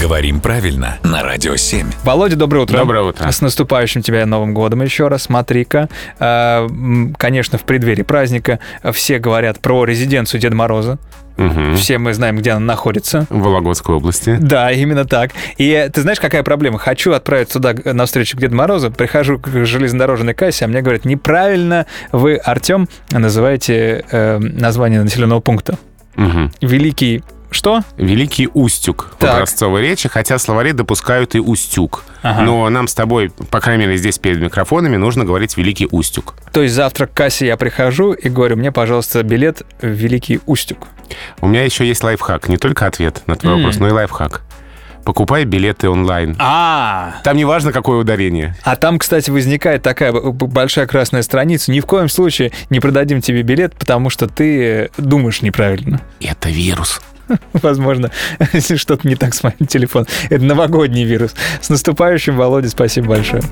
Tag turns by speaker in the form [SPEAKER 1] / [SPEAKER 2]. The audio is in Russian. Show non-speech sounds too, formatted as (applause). [SPEAKER 1] Говорим правильно на Радио 7.
[SPEAKER 2] Володя, доброе утро.
[SPEAKER 3] Доброе утро.
[SPEAKER 2] С наступающим тебя Новым годом еще раз. Смотри-ка. Э, м, Конечно, в преддверии праздника все говорят про резиденцию Деда Мороза.
[SPEAKER 3] Мгм.
[SPEAKER 2] Все мы знаем, где она находится.
[SPEAKER 3] В Вологодской области.
[SPEAKER 2] Да, именно так. И э, ты знаешь, какая проблема? Хочу отправиться туда э, на встречу к Деду Морозу, прихожу к железнодорожной кассе, а мне говорят, неправильно вы, Артем, называете э, название населенного пункта.
[SPEAKER 3] Мгм.
[SPEAKER 2] Великий что?
[SPEAKER 3] Великий Устюг в
[SPEAKER 2] Так.
[SPEAKER 3] образцовой речи, хотя словари допускают и Устюг.
[SPEAKER 2] Ага.
[SPEAKER 3] Но нам с тобой, по крайней мере, здесь перед микрофонами нужно говорить Великий Устюг.
[SPEAKER 2] То есть завтра к кассе я прихожу и говорю, мне, пожалуйста, билет в Великий Устюг.
[SPEAKER 3] У меня еще есть лайфхак, не только ответ на твой
[SPEAKER 2] М.
[SPEAKER 3] вопрос, но и лайфхак. Покупай билеты онлайн.
[SPEAKER 2] А,
[SPEAKER 3] Там не важно, какое ударение.
[SPEAKER 2] а там, кстати, возникает такая б- б- большая красная страница. Ни в коем случае не продадим тебе билет, потому что ты э, думаешь неправильно. (laughs)
[SPEAKER 3] Это вирус.
[SPEAKER 2] Возможно, (laughs) что-то не так с моим телефоном. Это новогодний вирус. С наступающим, Володя, спасибо большое.